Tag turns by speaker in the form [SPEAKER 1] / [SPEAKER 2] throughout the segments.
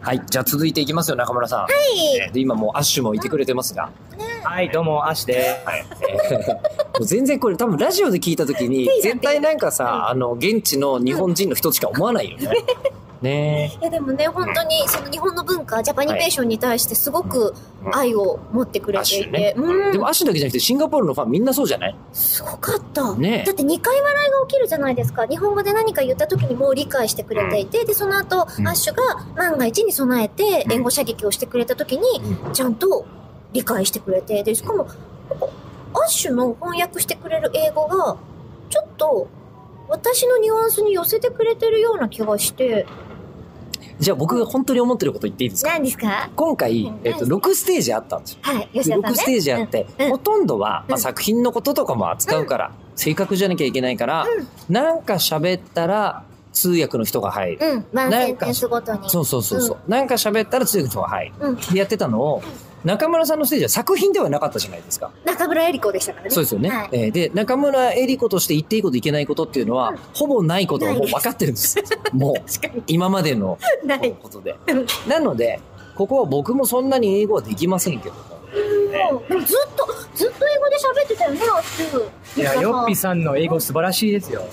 [SPEAKER 1] はい。じゃあ続いていきますよ、中村さん。はい。で、今もうアッシュもいてくれてますが。
[SPEAKER 2] はい、どうも、アシです。はい。
[SPEAKER 1] もう 全然これ多分ラジオで聞いた時に、絶対なんかさ、あの、現地の日本人の人しか思わないよね。ね
[SPEAKER 3] いやでもね、本当にその日本の文化、ジャパニペーションに対してすごく愛を持ってくれていて、
[SPEAKER 1] う
[SPEAKER 3] う
[SPEAKER 1] え。
[SPEAKER 3] ん、
[SPEAKER 1] でもアッシュだけじゃなくて、シンガポールのファンみんなそうじゃない
[SPEAKER 3] すごかった。
[SPEAKER 1] ねえ
[SPEAKER 3] だって2回笑いが起きるじゃないですか。日本語で何か言った時にもう理解してくれていて、で、その後、
[SPEAKER 1] うん
[SPEAKER 3] アッシュが万が一に備えて
[SPEAKER 1] うん
[SPEAKER 3] 援護射撃をしてくれた時に、ちゃんと理解してくれて、で、しかも、なんかアッシュの翻訳してくれる英語が、ちょっと、私のニュアンスに寄せてくれてるような気がして。
[SPEAKER 1] じゃあ僕が本当に思ってること言っていいですか
[SPEAKER 3] 何ですか
[SPEAKER 1] 今回
[SPEAKER 3] うん、
[SPEAKER 1] えっと、
[SPEAKER 3] 何
[SPEAKER 1] 6ステージあったんですよ。
[SPEAKER 3] はい、
[SPEAKER 1] で
[SPEAKER 3] 吉田さん、ね。
[SPEAKER 1] 6ステージあって、
[SPEAKER 3] うんうん
[SPEAKER 1] ほとんどは、
[SPEAKER 3] う
[SPEAKER 1] まあ、
[SPEAKER 3] ん
[SPEAKER 1] 作品のこととかも扱うから、正確じゃなきゃいけないから、なんか喋ったら通訳の人が入る。
[SPEAKER 3] うん。うん、ワンセ
[SPEAKER 1] な
[SPEAKER 3] ン
[SPEAKER 1] んか
[SPEAKER 3] テンスごとに。
[SPEAKER 1] そうそうそうそう、なんか喋ったら通訳の人が入る。
[SPEAKER 3] うん。
[SPEAKER 1] でやってたのを、中村さんのステージは作品ではなかったじゃないですか。
[SPEAKER 3] 中村江里子でしたからね。
[SPEAKER 1] そうですよね。
[SPEAKER 3] はい
[SPEAKER 1] えーで、中村江里子として言っていいこといけないことっていうのは、ほぼないことはもう分かってるん です。もう、
[SPEAKER 3] 確かに。
[SPEAKER 1] 今までの
[SPEAKER 3] ない。
[SPEAKER 1] ことで。なので、ここは僕もそんなに英語はできませんけども。
[SPEAKER 3] もうでもずっと、ずっと英語で喋ってたよね、アッシュ。
[SPEAKER 2] いや、
[SPEAKER 3] 吉田
[SPEAKER 2] ヨ
[SPEAKER 3] さ
[SPEAKER 2] ッ
[SPEAKER 3] ん
[SPEAKER 2] ピーさんの英語素晴らしいですよ。
[SPEAKER 3] ね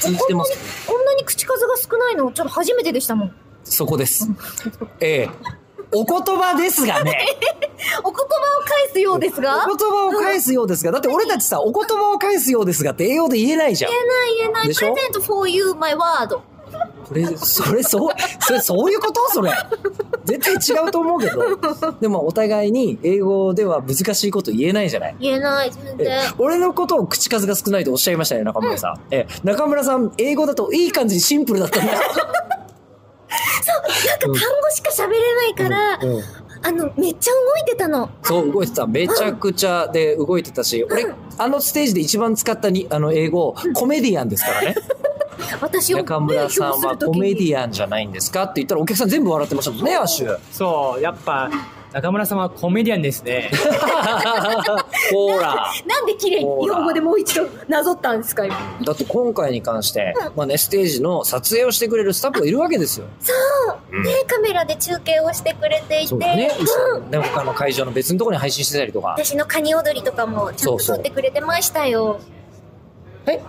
[SPEAKER 1] 通じてますね
[SPEAKER 3] え、こんなに口数が少ないの、ちょっと初めてでしたもん。
[SPEAKER 1] そこです。ええお言葉ですが ね。
[SPEAKER 3] お言葉を返すようですが
[SPEAKER 1] お。言葉を返すようですが。だって俺たちさ、お言葉を返すようですがって英語で言えないじゃん。
[SPEAKER 3] 言えない言えない。
[SPEAKER 1] で
[SPEAKER 3] プ
[SPEAKER 1] しょ
[SPEAKER 3] レゼント for you, my word.
[SPEAKER 1] これ、それ、そう、それ、そういうことそれ。絶対違うと思うけど。でもお互いに英語では難しいこと言えないじゃない。
[SPEAKER 3] 言えない、全
[SPEAKER 1] え
[SPEAKER 3] 然。
[SPEAKER 1] 俺のことを口数が少ないとおっしゃいましたね、中村さん。え中村さん、英語だといい感じにシンプルだったんだ。
[SPEAKER 3] なんか単語しか喋れないから、
[SPEAKER 1] うんうん
[SPEAKER 3] あの、めっちゃ動いてたの。
[SPEAKER 1] そう、動いてた。めちゃくちゃで動いてたし、俺、あのステージで一番使ったに、あの、英語、コメディアンですからね。
[SPEAKER 3] 私を
[SPEAKER 1] 中村さんはコメデ
[SPEAKER 3] ア
[SPEAKER 1] ィ
[SPEAKER 3] ン。
[SPEAKER 1] アンじゃないんですかって言ったらお客さん全部笑ってましたもんね、アッシュ。
[SPEAKER 2] そう、やっぱ、中村さんはコメディアンですね。
[SPEAKER 1] ほら。
[SPEAKER 3] なんで綺麗に日本語でもう一度なぞったんですか、今。
[SPEAKER 1] だって今回に関して
[SPEAKER 3] う、
[SPEAKER 1] まあね、ステージの撮影をしてくれるスタッフがいるわけですよ。
[SPEAKER 3] そう、ね、カメラで中継をしてくれていて、
[SPEAKER 1] そうだね。
[SPEAKER 3] うん
[SPEAKER 1] ね他の会場の別のところに配信してたりとか。
[SPEAKER 3] 私のカニ踊りとかもちゃんと
[SPEAKER 1] そうそう
[SPEAKER 3] 撮ってくれてましたよ。
[SPEAKER 1] え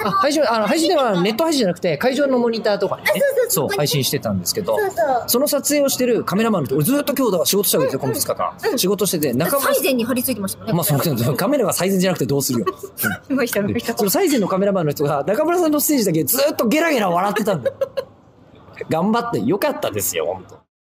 [SPEAKER 1] あ、配信、あの、配信ではネット配信じゃなくて、会場のモニターとかにね、そ
[SPEAKER 3] そ
[SPEAKER 1] う
[SPEAKER 3] そうそう
[SPEAKER 1] う、配信してたんですけど、
[SPEAKER 3] そうそう。
[SPEAKER 1] その撮影をしてるカメラマンの人、俺ずっと今日だから仕事したわけですよ、この2日
[SPEAKER 3] うん
[SPEAKER 1] 間。仕事してて、中村
[SPEAKER 3] 最善に張り付いてましたもんね。
[SPEAKER 1] まあ、その、カメラが最善じゃなくてどうす るよ。
[SPEAKER 3] い ました、いました。
[SPEAKER 1] その最善のカメラマンの人が、中村さんのステージだけずっとゲラゲラ笑ってたんだよ。頑張ってよかったですよ、本当